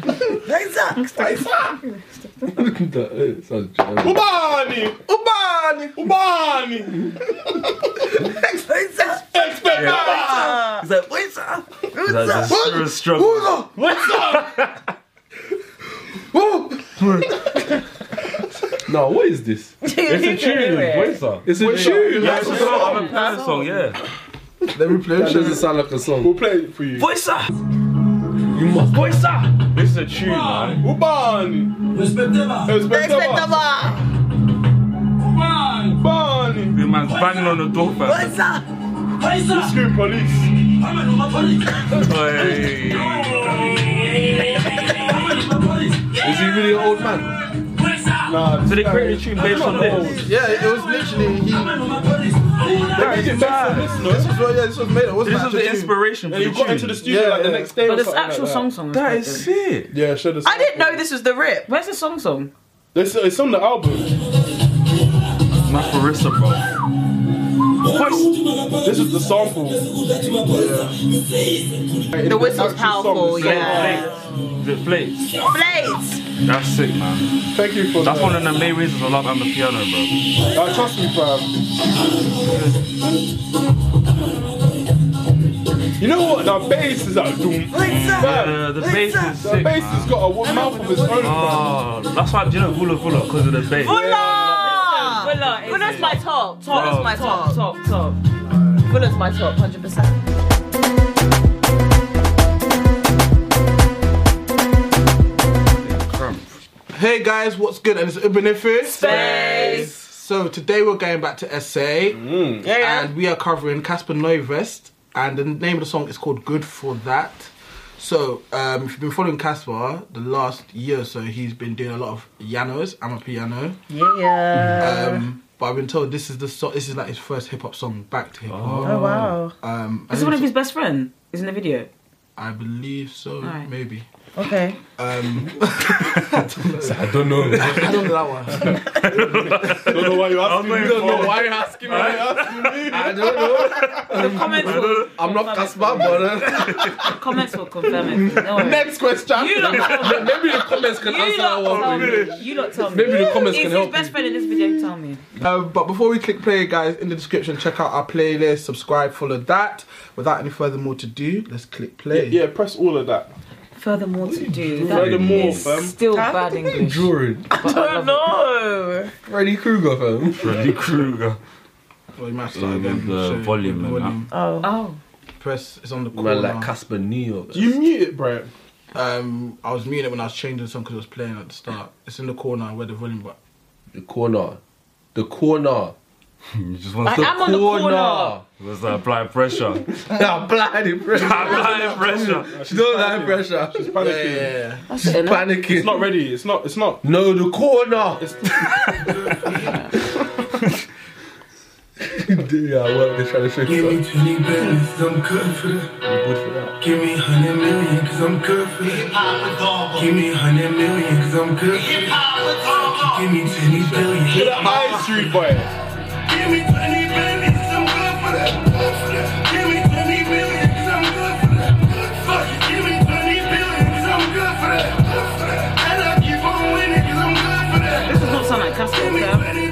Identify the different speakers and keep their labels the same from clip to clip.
Speaker 1: Vai Isaac!
Speaker 2: e, Santiago.
Speaker 3: Ubani! Ubani! Ubani!
Speaker 1: Isaac!
Speaker 3: Expect yeah.
Speaker 1: He's like, what's up? What's
Speaker 4: That's
Speaker 1: up?
Speaker 4: a serious struggle.
Speaker 3: What's up?
Speaker 2: No, what is this?
Speaker 4: It's a tune. What's up?
Speaker 2: It's a tune.
Speaker 4: Yeah, it's a song. I'm a plan song. Yeah.
Speaker 3: Let me play
Speaker 2: That
Speaker 3: it.
Speaker 2: doesn't sound like a
Speaker 3: We'll
Speaker 2: song.
Speaker 3: play it for you.
Speaker 4: Voice up.
Speaker 2: You must.
Speaker 4: Voice up. This is a tune, man.
Speaker 3: Ubani! Respectaba!
Speaker 1: Respectable!
Speaker 3: Ubani!
Speaker 4: The man's banging on the door. fam.
Speaker 1: What's up?
Speaker 3: Screw police!
Speaker 4: Hey.
Speaker 2: Is he really an old man?
Speaker 3: Nah,
Speaker 4: So they created a tune based on this.
Speaker 3: Yeah, it was literally he.
Speaker 4: That is bad.
Speaker 3: This was yeah, this was made. It wasn't
Speaker 4: This is
Speaker 3: actually-
Speaker 4: the inspiration for
Speaker 3: And
Speaker 4: the
Speaker 3: he got into the
Speaker 4: tune.
Speaker 3: studio Yeah, like the yeah. next day.
Speaker 5: But
Speaker 3: or
Speaker 5: there's
Speaker 3: something like
Speaker 5: actual
Speaker 3: that.
Speaker 5: song song.
Speaker 4: That
Speaker 5: respected.
Speaker 4: is it.
Speaker 3: Yeah, show the.
Speaker 1: I didn't know this was the rip.
Speaker 5: Where's the song song?
Speaker 3: This it's on the album.
Speaker 4: My Farissa, bro. Voice.
Speaker 3: This is the sample.
Speaker 1: The whistle's powerful, yeah.
Speaker 4: The plates.
Speaker 1: Blades!
Speaker 4: That's sick, man.
Speaker 3: Thank you for
Speaker 4: That's
Speaker 3: that.
Speaker 4: one of the main reasons I love I'm a piano, bro.
Speaker 3: Uh, trust me, fam. You know what? The bass is like doom.
Speaker 1: What's up?
Speaker 4: The, the bass is
Speaker 3: The
Speaker 4: sick,
Speaker 3: bass has
Speaker 4: man.
Speaker 3: got a w- mouth of its own. fam.
Speaker 4: Oh, that's why I didn't Vula Vula because of the bass.
Speaker 1: Bulla!
Speaker 5: Willa is
Speaker 1: Bulla's my top. Bulla's my
Speaker 5: top,
Speaker 1: top.
Speaker 5: top, top.
Speaker 1: Bulla's my top, 100%.
Speaker 4: Crump.
Speaker 6: Hey guys, what's good? And it's Ubenifis.
Speaker 1: Space!
Speaker 6: So today we're going back to SA and we are covering Casper Neuvest and the name of the song is called Good For That. So um, if you've been following Casper the last year or so, he's been doing a lot of Yanos. I'm a piano.
Speaker 1: Yeah.
Speaker 6: Um, but I've been told this is the so- this is like his first hip hop song back to hip hop.
Speaker 1: Oh, wow.
Speaker 6: Um, I
Speaker 5: This is one of
Speaker 6: think
Speaker 5: his best friend. Is in the video.
Speaker 6: it's- I believe so,
Speaker 5: Alright.
Speaker 6: maybe.
Speaker 1: Okay.
Speaker 6: Um,
Speaker 2: I don't know.
Speaker 6: I don't know that one.
Speaker 3: Don't know why you asked me.
Speaker 4: waiting for-
Speaker 6: why you're asking me. I don't know.
Speaker 5: The comments will
Speaker 6: I'm not Casper, but. Uh,
Speaker 5: comments will confirm it. Don't worry.
Speaker 6: Next question.
Speaker 5: You lot tell me.
Speaker 6: Maybe the comments can
Speaker 5: You
Speaker 6: answer
Speaker 5: lot
Speaker 6: that
Speaker 5: tell
Speaker 6: one.
Speaker 5: me. You lot tell me.
Speaker 6: Maybe the comments
Speaker 5: Is
Speaker 6: can
Speaker 5: his
Speaker 6: help.
Speaker 5: best friend in this video? Tell me.
Speaker 6: Um, but before we click play, guys, in the description, check out our playlist, subscribe, follow that. Without any further more to do, let's click play.
Speaker 3: Yeah, press all of that.
Speaker 5: Furthermore to do. That
Speaker 3: Furthermore,
Speaker 5: is
Speaker 3: fam.
Speaker 5: still bad English.
Speaker 2: Drawing.
Speaker 5: but I love it.
Speaker 1: No!
Speaker 2: Freddy Krueger, fam.
Speaker 4: Freddy Krueger.
Speaker 6: Well, you might have to
Speaker 4: Yeah,
Speaker 6: start again.
Speaker 4: the
Speaker 6: So,
Speaker 4: volume and
Speaker 1: Oh.
Speaker 5: Oh,
Speaker 6: Press is on the corner.
Speaker 2: Man, like Casper Neo.
Speaker 3: You mute it, bro.
Speaker 6: um, I was muting it when I was changing the song because it was playing at the start. It's in the corner where the volume button.
Speaker 2: The corner. The corner.
Speaker 4: You just want to.
Speaker 5: I am on the corner.
Speaker 4: It was that applied pressure.
Speaker 2: I'm blinded pressure.
Speaker 4: applied pressure.
Speaker 2: She don't like pressure. She's
Speaker 3: Panicking.
Speaker 6: Yeah, yeah, yeah.
Speaker 5: that's it. innit?
Speaker 2: panicking.
Speaker 3: It's not ready. It's not. It's not.
Speaker 2: No, the corner.
Speaker 3: uh,
Speaker 2: yeah, I work. They're trying to fix
Speaker 7: Give
Speaker 2: it.
Speaker 7: me 20 bands, I'm good for that.
Speaker 2: I'm good for that.
Speaker 7: Give me 100 million, cause I'm good for that. Give me 100 million, cause I'm good for that. Give me 20 billion.
Speaker 3: You're the high street boy.
Speaker 7: Give me 20 billion, cause I'm good for that. Good for that. Give me 20 billion, cause I'm good for that. Good for it. Give me 20 billion, cause I'm good for that. Good for that. And I keep on winning, cause I'm good for that.
Speaker 5: This does not sound like Casper.
Speaker 7: Give me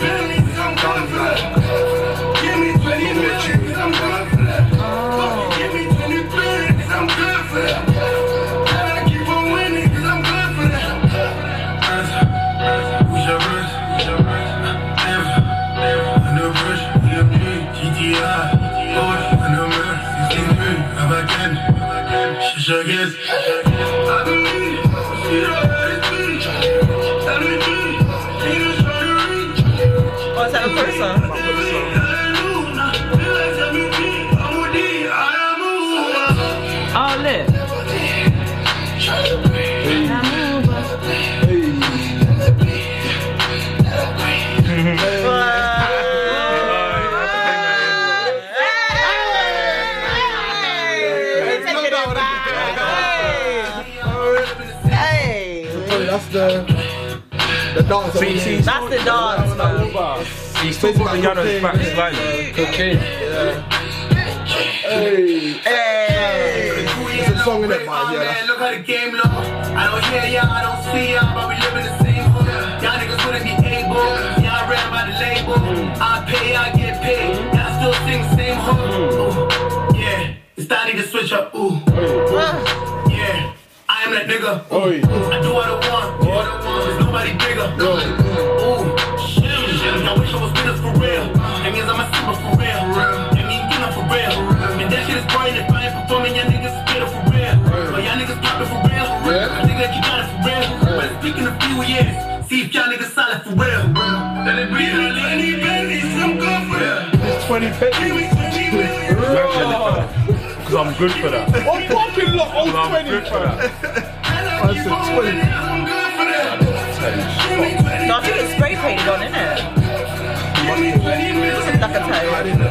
Speaker 5: fam.
Speaker 7: 20 billion, cause I'm good for that. Give me 20 million, cause I'm good for that. Fuck it, give me 20 billion, cause I'm good for that. And I keep on winning, cause I'm good for that. We shall rest, we shall rest. Never, never. Under pressure, we are free. GTI, boy, under mirror, 63. Have I can, have I can. She sure gets, I believe, she don't have it, please. Tell me, please. She just trying to
Speaker 1: What's
Speaker 7: reach.
Speaker 1: Oh, that person?
Speaker 5: Oh, lit.
Speaker 1: Hey! Taking it back. Hey!
Speaker 6: Sorry, that's the the dance. that we
Speaker 4: See,
Speaker 6: use.
Speaker 4: see,
Speaker 1: That's the dance, man.
Speaker 4: he's still putting the piano back slightly.
Speaker 6: Cocaine.
Speaker 3: Hey.
Speaker 1: Hey!
Speaker 6: It's a
Speaker 2: song in it,
Speaker 7: Aw,
Speaker 2: man. Yeah, that's-
Speaker 7: man, look how the game look. I don't hear y'all, I don't see y'all, but we live in the same hood. Y'all niggas wouldn't be able. Y'all ran by the label. I pay, I get paid. Y'all still sing the same hook. Ooh. Yeah, it's time to switch up. Ooh. Yeah, I am that nigga. Ooh.
Speaker 3: Oi.
Speaker 7: I do what I want. Do what I want. There's nobody bigger. Ooh. Shit. I wish I was with us for real. That means I'm a super for real. That means get up for real. And that shit is brain if I ain't performing, y'all niggas is bitter for real. But y'all niggas poppin' for real, for real.
Speaker 2: Yeah.
Speaker 7: Nigga, you got it for real. But it's speaking a few years. See if y'all niggas solid for real. Let it be like Lenny Benny, some good for real.
Speaker 3: 20 pennies.
Speaker 7: Give me 20 million.
Speaker 4: Because I'm good for that.
Speaker 3: I'm fucking lot old
Speaker 4: I'm
Speaker 3: 20.
Speaker 4: good for that.
Speaker 7: And I keep on winning, I'm good for that. Give me 20
Speaker 1: No, I think it's spray painted on, isn't it?
Speaker 7: Give me 20 million.
Speaker 1: Like a tail.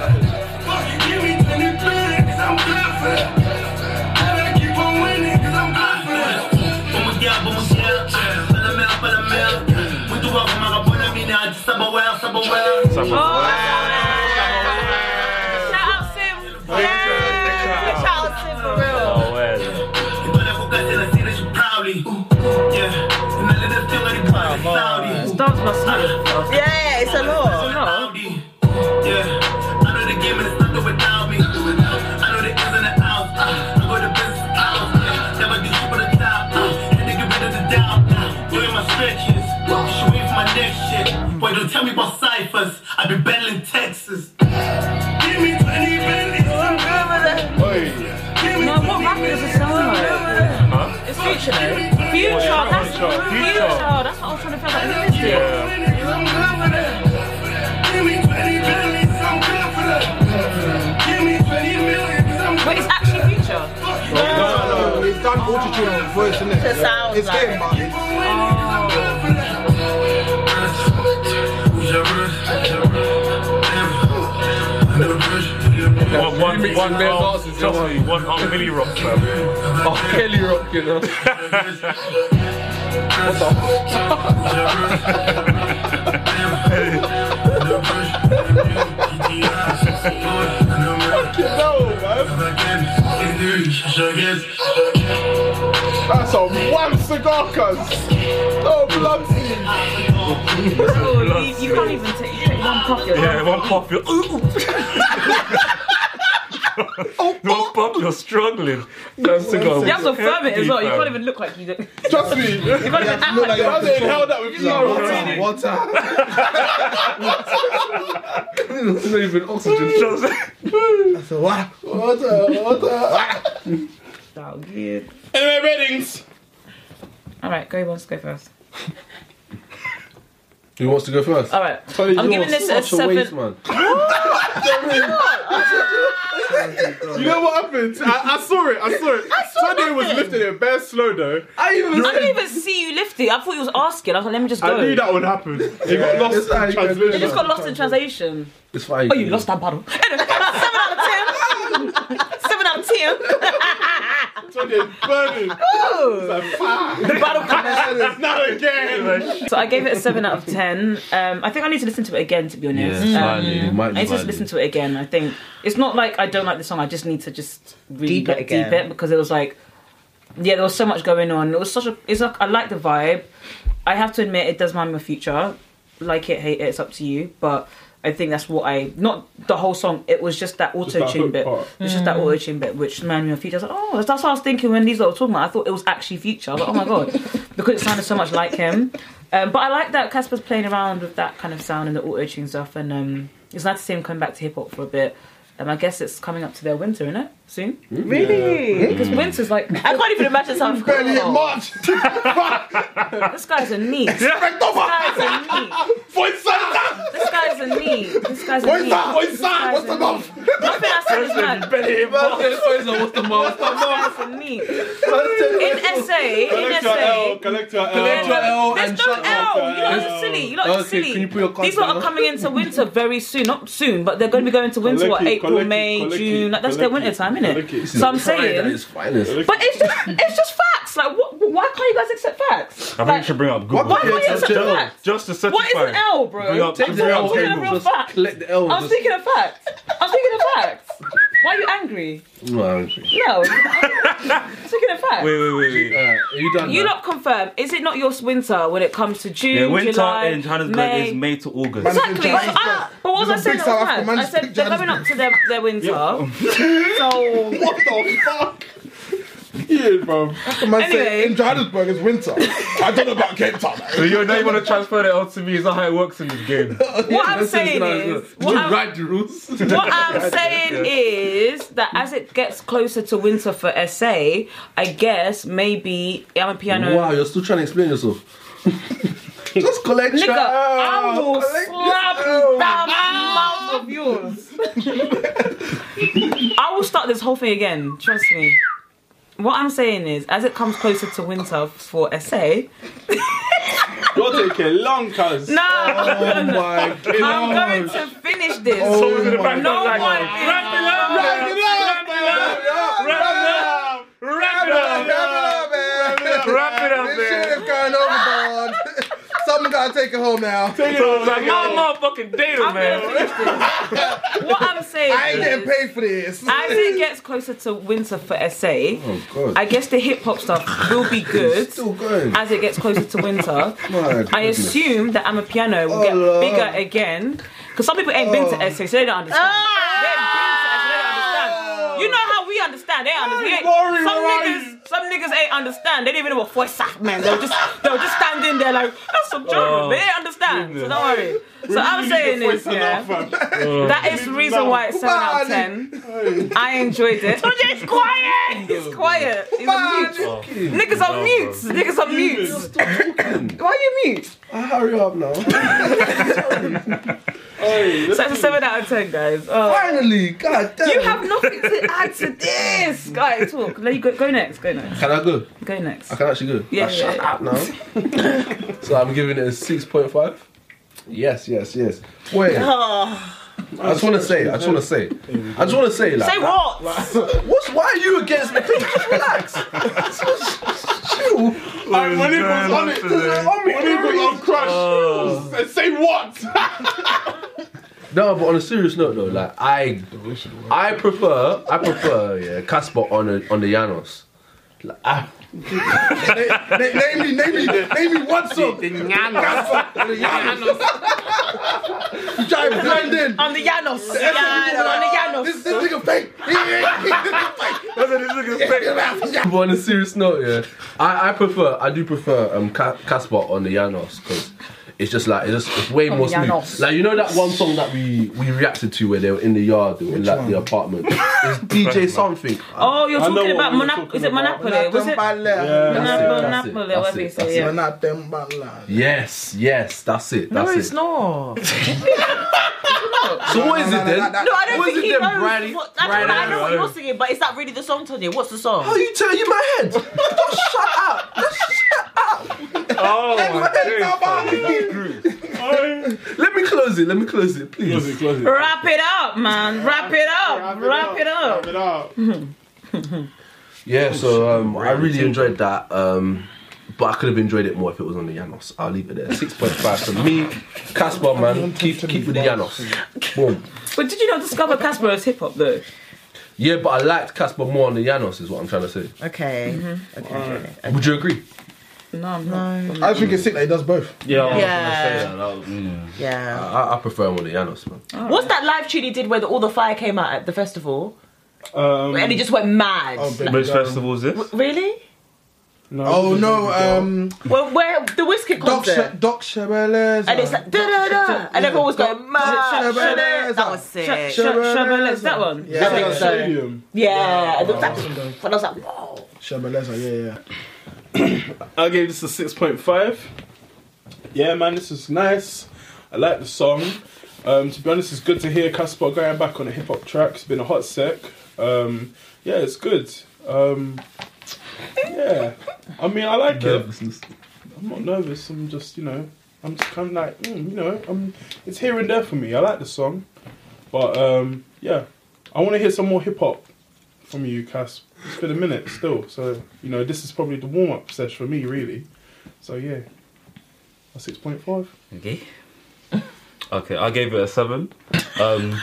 Speaker 7: Fuck you, give me 20 billion, cause I'm glad for that. And I keep on winning, cause I'm glad for that. Boom, yeah, boom, yeah. Pala mel, pala mel. Muito bom, mga bona mina. Sabawel, sabawel.
Speaker 1: Shout out Sim. Yeah. Shout out Sim for real.
Speaker 4: Oh, well.
Speaker 7: Iba na ko kasi nasira siya proudly. Yeah. Nalala na still like proudly, Saudi.
Speaker 5: Dance must move.
Speaker 1: Yeah, it's a
Speaker 7: So
Speaker 1: lot.
Speaker 7: Audi. Yeah. I know the game and it's nothing without me. I know the ins and the outs. I go to business hours. Never do shit for the top. And they get rid of the doubt. Doing my stretches. Should wait for my next shit. Boy, don't tell me about ciphers. I be battling Texas. Give me 20 minutes. I'm good with it. Give me
Speaker 5: No,
Speaker 7: 20
Speaker 5: what rapper does
Speaker 7: minutes.
Speaker 5: it sound like?
Speaker 4: Huh?
Speaker 5: It's future though. Future, that's
Speaker 4: Future.
Speaker 5: future. That's what I was trying to figure out. Who is this?
Speaker 4: Yeah.
Speaker 5: Wait, it's actually future.
Speaker 6: No, he's done autotune on his voice, isn't
Speaker 1: It
Speaker 6: it?
Speaker 1: sounds
Speaker 6: It's
Speaker 1: like.
Speaker 6: getting bad.
Speaker 4: One, one,
Speaker 2: Remix
Speaker 4: one,
Speaker 2: and their
Speaker 4: arm-
Speaker 2: dances,
Speaker 4: trust
Speaker 2: yeah.
Speaker 4: me, one arm Billy Rock, man.
Speaker 2: Oh, Kelly Rock, you know.
Speaker 3: That's a wham cigar, cuz. No blood scene.
Speaker 5: Bro, you, you can't even take, you take one puff. You're
Speaker 4: Yeah,
Speaker 5: yeah.
Speaker 4: one pop, you're. Ooh. one pop, you're struggling. That's to go.
Speaker 5: You have to firm it as well. You
Speaker 4: Empty,
Speaker 5: can't
Speaker 4: fam.
Speaker 5: even look like you. don't- You
Speaker 3: Trust me.
Speaker 5: can't even act like
Speaker 3: I didn't held that with cigar.
Speaker 2: Water, water. It's not even oxygen.
Speaker 4: Just-
Speaker 6: So what?
Speaker 5: that. Good.
Speaker 3: Anyway, ratings.
Speaker 5: All right, Gray wants to go first.
Speaker 2: Who wants to go first?
Speaker 5: All right.
Speaker 2: Tony,
Speaker 5: Uh, I'm
Speaker 2: you
Speaker 5: giving
Speaker 2: are
Speaker 5: this a
Speaker 2: such
Speaker 5: seven.
Speaker 2: waste, man.
Speaker 3: You know what happened? I, I saw it. I saw it.
Speaker 1: saw
Speaker 3: Sunday was
Speaker 1: nothing.
Speaker 3: lifting it bare slow though.
Speaker 2: I even
Speaker 5: I
Speaker 2: said
Speaker 5: didn't even see you lifting. I thought you was asking. I was like, let me just go.
Speaker 3: I knew that would happen. It got lost
Speaker 2: It's like-
Speaker 3: in translation.
Speaker 5: It just got lost in translation.
Speaker 2: it's fine.
Speaker 5: Oh, you lost that battle. Anyway,
Speaker 1: Seven out of ten. Seven out of ten.
Speaker 3: Sunday burning.
Speaker 5: the battle commenced.
Speaker 3: Not again.
Speaker 5: So I gave it a seven out of ten. Um, I think I need to listen to it again, to be honest.
Speaker 4: Yeah,
Speaker 5: um,
Speaker 4: slightly.
Speaker 2: You might
Speaker 5: I
Speaker 2: be
Speaker 5: need to just listen to it again. I think it's not like I don't like the song. I just need to just really
Speaker 1: Deep it
Speaker 5: like,
Speaker 1: again.
Speaker 5: deep it because it was like, yeah, there was so much going on. It was such a. It's like I like the vibe. I have to admit, it does mind my future. Like it, hate it, it's up to you. But I think that's what I not the whole song. It was just that
Speaker 3: that
Speaker 5: auto tune
Speaker 3: hook
Speaker 5: bit.
Speaker 3: part.
Speaker 5: It's just
Speaker 1: Mm.
Speaker 5: that auto tune bit which reminded me of future. I was like, oh, that's, that's what I was thinking when these lot were talking about. it. I thought it was actually future. I was like, oh my god, because it sounded so much like him. Um, but I like that Casper's playing around with that kind of sound and the auto tune stuff, and um, it's nice to see him come back to hip hop for a bit. Um, I guess it's coming up to their winter, isn't it? Soon,
Speaker 3: Mm-hmm.
Speaker 1: Really?
Speaker 5: because winter's like
Speaker 1: I can't even imagine something.
Speaker 2: Barely hit March.
Speaker 5: this guy's a neat. This guy's a neat.
Speaker 2: Voice
Speaker 5: This guy's a neat. This guy's a neat.
Speaker 2: that? What's
Speaker 5: This
Speaker 2: that?
Speaker 5: guy's
Speaker 2: What's
Speaker 5: a
Speaker 2: the
Speaker 5: neat.
Speaker 2: month?
Speaker 5: Nothing I said is mad. This
Speaker 2: What's the month?
Speaker 5: guy's a neat. In SA, in
Speaker 3: Collect your L.
Speaker 5: SA.
Speaker 3: Collect your
Speaker 2: Collect your
Speaker 3: L.
Speaker 2: L.
Speaker 5: There's
Speaker 2: and
Speaker 5: no
Speaker 2: shut
Speaker 5: L.
Speaker 2: up.
Speaker 5: You lot are
Speaker 3: L.
Speaker 5: just silly. You lot are just
Speaker 2: Okay,
Speaker 5: silly.
Speaker 2: can you put your cards
Speaker 5: These lot
Speaker 2: down?
Speaker 5: are coming into winter very soon. Not soon, but they're going to be going to winter. What
Speaker 3: Collect it,
Speaker 5: April,
Speaker 3: collect it,
Speaker 5: May,
Speaker 3: collect it,
Speaker 5: June. Like, that's their
Speaker 3: collect
Speaker 5: winter
Speaker 3: it,
Speaker 5: time,
Speaker 3: collect
Speaker 5: isn't
Speaker 3: it.
Speaker 5: it? So I'm
Speaker 2: That
Speaker 5: saying.
Speaker 2: is finest.
Speaker 5: But it's just, it's just facts. Like, what, why can't you guys accept facts?
Speaker 4: I think you should bring up Google.
Speaker 2: What?
Speaker 5: Why can't you accept
Speaker 2: Just-
Speaker 5: facts?
Speaker 4: Just to certify.
Speaker 5: What is an L, bro?
Speaker 4: Bring up-
Speaker 5: I'm
Speaker 4: bring up
Speaker 5: talking
Speaker 4: Google.
Speaker 5: about real
Speaker 2: Just
Speaker 5: facts.
Speaker 2: collect the L.
Speaker 5: I'm
Speaker 2: just-
Speaker 5: speaking of facts. I'm speaking of facts. Why are you angry?
Speaker 2: No, I'm sorry.
Speaker 5: No. Taking a fact.
Speaker 4: Wait, wait, wait, wait.
Speaker 2: Alright, are you done
Speaker 5: You
Speaker 2: now?
Speaker 5: lot confirm. Is it not your winter when it comes to June,
Speaker 4: Yeah, winter
Speaker 5: July,
Speaker 4: in Johannesburg
Speaker 5: May?
Speaker 4: is May to August.
Speaker 5: Exactly. So, ah, but what was I
Speaker 3: There's a
Speaker 5: saying?
Speaker 3: big
Speaker 5: That was
Speaker 3: South African
Speaker 5: mad?
Speaker 3: man
Speaker 5: I said
Speaker 3: speak
Speaker 5: they're coming up to their, their winter. So
Speaker 3: What the fuck? Yeah, bro. The man
Speaker 5: Anyway.
Speaker 3: said in Johannesburg it's winter. I don't know about Cape Town.
Speaker 4: So you're now you want to transfer that out to me? Is that how it works in this game?
Speaker 5: what I'm
Speaker 2: This is
Speaker 5: saying
Speaker 2: not
Speaker 5: is,
Speaker 2: good.
Speaker 5: what
Speaker 2: you
Speaker 5: I'm,
Speaker 2: write the rules.
Speaker 5: what I'm saying is that as it gets closer to winter for SA, I guess maybe I'm a piano.
Speaker 2: Wow, you're still trying to explain yourself. Just collect
Speaker 5: Nigga, I will
Speaker 2: Collect-
Speaker 5: slap that mouth of yours. I will start this whole thing again. Trust me. What I'm saying is, as it comes closer to winter for SA,
Speaker 8: You're taking long, cuz.
Speaker 5: no,
Speaker 3: Oh
Speaker 5: no, no.
Speaker 2: my
Speaker 5: I'm
Speaker 2: God.
Speaker 5: going to finish this.
Speaker 3: Oh,
Speaker 4: Someone's in the back
Speaker 5: no
Speaker 4: like,
Speaker 5: one
Speaker 4: wrap
Speaker 5: is-
Speaker 4: it up, wrap it up, wrap it up, wrap it up, wrap it up. Wrap it up, man.
Speaker 3: Shit is going overboard. Someone gotta take it home now.
Speaker 4: So I was like, my motherfucking data,
Speaker 5: I'm going to
Speaker 4: man.
Speaker 5: finish this. What I'm saying
Speaker 3: I ain't getting
Speaker 5: is,
Speaker 3: paid for this.
Speaker 5: as it gets closer to winter for SA,
Speaker 2: Oh God.
Speaker 5: I guess the hip hop stuff will be good.
Speaker 2: still going.
Speaker 5: As it gets closer to winter,
Speaker 2: My
Speaker 5: I
Speaker 2: goodness.
Speaker 5: assume that I'm a piano will get
Speaker 2: Oh, Lord.
Speaker 5: bigger again. Because some people ain't been
Speaker 2: Oh.
Speaker 5: to SA, so they don't understand. They ain't been to SA, so they don't
Speaker 2: Oh.
Speaker 5: understand. You know how we understand. They understand. some niggas, some niggas ain't understand. They didn't even know what force man. They were just, they were just standing there like that's some genre.
Speaker 4: Oh,
Speaker 5: but they didn't understand. So don't worry. So I'm saying is, yeah,
Speaker 4: Oh.
Speaker 5: that is the reason why it's seven out of ten. I enjoyed it. Oh, yeah, it's quiet. It's quiet. It's mute. Niggas are mute. Niggas are mute. Why are you mute?
Speaker 2: Hurry up now.
Speaker 5: So it's a seven out of ten, guys. Oh.
Speaker 2: Finally, God damn.
Speaker 5: You have nothing to add to this, guy. Talk. Let you go. Go next. Go next.
Speaker 2: Can I go?
Speaker 5: Go next.
Speaker 2: I can actually go.
Speaker 5: Yeah,
Speaker 2: Ah, shut
Speaker 5: yeah.
Speaker 2: up now. so I'm giving it a 6.5. Yes, yes, yes. Wait. I just want to say, I just want to say, I just want to say, like,
Speaker 5: Ah. Say what?
Speaker 2: what's why are you against me? Just relax. Just chill.
Speaker 3: Like, when it was on it,
Speaker 2: Just on me.
Speaker 3: when it was on crush, say- say what?
Speaker 2: No, but on a serious note though, like I, I prefer, I prefer, yeah, Casper on a, on the Llanos. Like, I,
Speaker 3: Na- name me, name me, name me one song. You try to blend in.
Speaker 5: On the Llanos. Yeah, on the Llanos.
Speaker 3: This, this nigga fake. He- he- he-
Speaker 4: That's what this nigga's saying.
Speaker 3: this nigga fake.
Speaker 2: but on a serious note, yeah, I, I prefer, I do prefer um Ca- Casper on the Llanos because it's just like it's just it's way more
Speaker 5: Llanos.
Speaker 2: smooth. Like you know that one song that we we reacted to where they were in the yard, they were in like the apartment. It's DJ something.
Speaker 5: Oh, you're
Speaker 8: know what
Speaker 5: talking about
Speaker 8: we were
Speaker 5: Monaco.
Speaker 8: talking
Speaker 5: Is it
Speaker 8: about.
Speaker 5: Monopoly? Was it?
Speaker 3: Ballet.
Speaker 2: That's it, that's it,
Speaker 5: Monopoly, Monopoly,
Speaker 2: that's
Speaker 5: whatever
Speaker 2: it,
Speaker 5: you say,
Speaker 2: that's it.
Speaker 5: yeah.
Speaker 3: Not them ballet.
Speaker 2: Yes, yes, that's it. That's
Speaker 5: No,
Speaker 2: it.
Speaker 5: it's not.
Speaker 2: So what is it then?
Speaker 1: No, I don't
Speaker 2: What is
Speaker 1: think
Speaker 2: it
Speaker 1: he
Speaker 2: then,
Speaker 1: knows.
Speaker 2: Brady?
Speaker 1: what, I,
Speaker 2: Brady?
Speaker 1: don't, know, I know what you're singing, but is that really the song, Tony? What's the song?
Speaker 2: How you turn you my head? Just shut up.
Speaker 4: Oh, my
Speaker 2: Let me close it. Let me close it, please.
Speaker 5: Wrap it up, man. Wrap it up. Wrap it up.
Speaker 2: Yeah, so um, I really enjoyed that. Um, but I could have enjoyed it more if it was on the Llanos. I'll leave it there. Six point five for me. Casper, man, keep keep with the Llanos. Boom.
Speaker 5: But did you not discover Casper as hip hop though?
Speaker 2: Yeah, but I liked Casper more on the Llanos. Is what I'm trying to say.
Speaker 1: Okay.
Speaker 8: Mm-hmm.
Speaker 1: Okay.
Speaker 2: Would you agree?
Speaker 5: No, I'm not.
Speaker 3: I think it's sick that he does both.
Speaker 8: Yeah, I was
Speaker 1: Yeah.
Speaker 8: gonna say that. that Oh. was-
Speaker 1: Yeah.
Speaker 2: I, I prefer him on the Llanos, man.
Speaker 1: What's that live tune he did where the, all the fire came out at the festival?
Speaker 8: yeah.
Speaker 1: And he just went mad.
Speaker 3: Oh, baby.
Speaker 4: Which festival is this?
Speaker 1: really?
Speaker 3: Oh no, um,
Speaker 1: Well, where the whiskey
Speaker 3: Doc
Speaker 1: concert.
Speaker 3: Sh- Doc Chevalier's.
Speaker 1: and it's like da da da, and everyone was going
Speaker 5: ah,
Speaker 1: mad.
Speaker 3: Shabazz.
Speaker 1: That was sick.
Speaker 5: Sh- sh- Chevrolet's that one.
Speaker 1: I
Speaker 3: Yeah,
Speaker 1: think
Speaker 3: yeah.
Speaker 1: so. Yeah, and it was like, and I was like, whoa.
Speaker 3: Chevalier's, yeah, yeah.
Speaker 8: I gave this a 6.5. Yeah, man, this was nice. I like the song. Um, to be honest, it's good to hear Caspar going back on a hip hop track. It's been a hot sec. Um, yeah, it's good. Um, yeah, I mean, I like it. I'm not nervous. I'm just, you know, I'm just kind of like, mm, you know, I'm, it's here and there for me. I like the song, but um, yeah, I want to hear some more hip hop from you, Cas. It's been a minute still, so you know this is probably the warm up session for me, really. So yeah, a six point five.
Speaker 4: Okay, I gave it a seven. Um,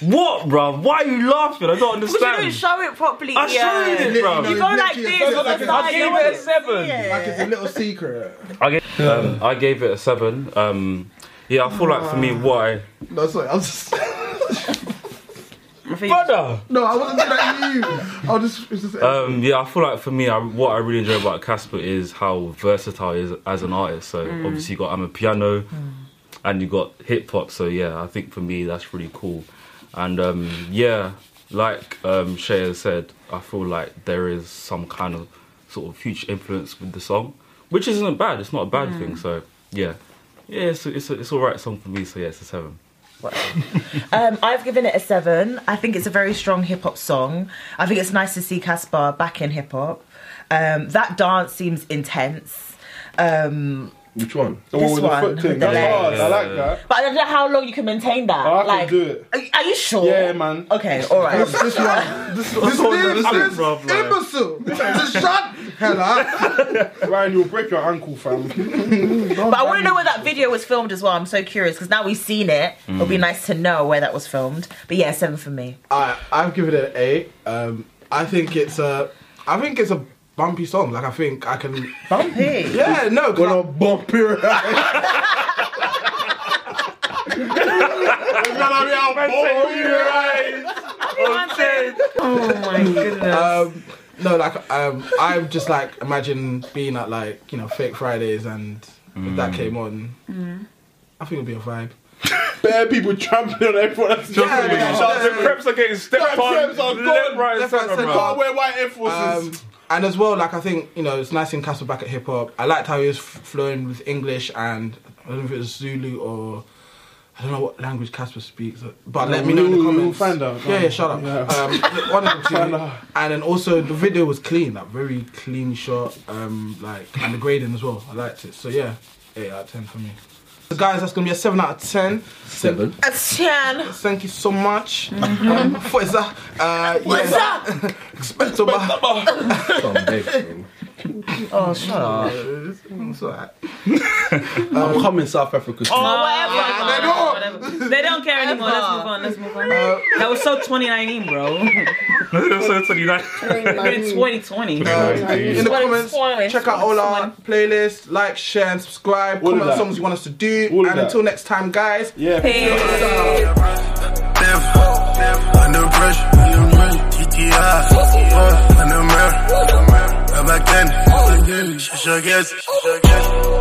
Speaker 4: What, bro? Why are you laughing? I don't
Speaker 9: Because you don't
Speaker 4: understand.
Speaker 9: show it properly.
Speaker 4: I showed it, bro.
Speaker 9: You go like
Speaker 10: Literally,
Speaker 9: this.
Speaker 10: it's
Speaker 9: on the
Speaker 10: like a-
Speaker 9: side,
Speaker 4: I gave
Speaker 9: you
Speaker 4: it a
Speaker 9: know.
Speaker 4: seven.
Speaker 9: Yeah.
Speaker 10: It's a little secret.
Speaker 4: I gave, um, I gave it a seven. Um, yeah, I feel like for me, why?
Speaker 10: No, sorry, I was just.
Speaker 5: I think-
Speaker 4: Brother!
Speaker 10: No, I wasn't doing that you. I was just. It's just
Speaker 4: Um, yeah, I feel like for me, I, what I really enjoy about Casper is how versatile he is as an artist. So
Speaker 10: Mm.
Speaker 4: obviously, you got I'm a piano, and you got hip hop. So yeah, I think for me that's really cool. And um, yeah, like um, Shay has said, I feel like there is some kind of sort of huge influence with the song, which isn't bad. It's not a bad thing. So yeah, yeah, it's it's it's all right song for me. So yeah, it's a seven.
Speaker 1: Um, I've given it a seven. I think it's a very strong hip hop song. I think it's nice to see Caspar back in hip hop. Um, that dance seems intense. Um,
Speaker 2: Which one?
Speaker 8: The one
Speaker 1: This
Speaker 8: with the
Speaker 1: one,
Speaker 8: foot thing.
Speaker 1: with the
Speaker 8: That's hard. I like that.
Speaker 1: but I don't know how long you can maintain that.
Speaker 8: Oh, I can
Speaker 1: like,
Speaker 8: do it.
Speaker 1: Are, are you sure?
Speaker 8: Yeah, man.
Speaker 1: Okay, all right.
Speaker 10: this one. This, this name is imbecile. Just shut hell up.
Speaker 8: Ryan, you'll break your ankle, fam.
Speaker 1: but I want to know where that video was filmed as well. I'm so curious because now we've seen it. It'll be nice to know where that was filmed. But yeah, seven for me.
Speaker 6: I I've given it an eight. Um, I think it's a I think it's a bumpy song. Like I think I can.
Speaker 1: Bumpy.
Speaker 6: Yeah, no, 'cause
Speaker 10: Gonna bump your ass.
Speaker 5: Oh my goodness.
Speaker 6: um, no, like um, I'm just like imagine being at like you know Fake Fridays and if
Speaker 10: Mm.
Speaker 6: that came on, I think it'd be a vibe.
Speaker 8: Bare people trampling on everyone else's
Speaker 6: Yeah, yeah, yeah.
Speaker 4: the creps are getting stepped
Speaker 8: Creps are
Speaker 4: on. Left,
Speaker 8: gone.
Speaker 4: right, and
Speaker 6: Left, right,
Speaker 4: centre,
Speaker 6: centre.
Speaker 4: bro.
Speaker 8: Can't wear white Air
Speaker 6: Um,
Speaker 8: Forces.
Speaker 6: and as well, like I think you know, it's nice seeing Casper back at hip hop. I liked how he was f- flowing with English and I don't know if it was Zulu or I don't know what language Casper speaks, but let me know in the
Speaker 8: we'll-
Speaker 6: comments.
Speaker 8: we'll find out.
Speaker 6: Yeah, yeah, shut up.
Speaker 8: Yeah.
Speaker 6: Um, one of the
Speaker 8: Find
Speaker 6: two.
Speaker 8: out.
Speaker 6: And then also the video was clean, like very clean shot, um, like and the grading as well. I liked it. So yeah, eight out of ten for me. So guys, that's gonna be a seven out of ten.
Speaker 2: Seven.
Speaker 1: A ten.
Speaker 6: Thank you so much. Um, Forza. Uh, yeah. Expecto Bar-
Speaker 2: Come back, man.
Speaker 1: Oh, shut up.
Speaker 6: It's alright.
Speaker 2: I'm coming South Africa.
Speaker 5: Oh, whatever.
Speaker 6: don't.
Speaker 5: Whatever. They don't care anymore. Let's move on. Let's move on. that was so 2019, bro.
Speaker 4: So it's a United-
Speaker 5: it's 2020.
Speaker 6: in the
Speaker 1: Well,
Speaker 6: comments.
Speaker 1: spoilers.
Speaker 6: Check out all our playlists, like, share, and subscribe.
Speaker 8: All of
Speaker 6: Comment on
Speaker 8: that.
Speaker 6: songs you want us to do.
Speaker 8: All of
Speaker 6: and
Speaker 8: that.
Speaker 6: until next time, guys.
Speaker 8: Yeah.
Speaker 11: Under pressure, under pressure, TTI, uh, under pressure, if I can, if I can, she sure gets, she sure gets.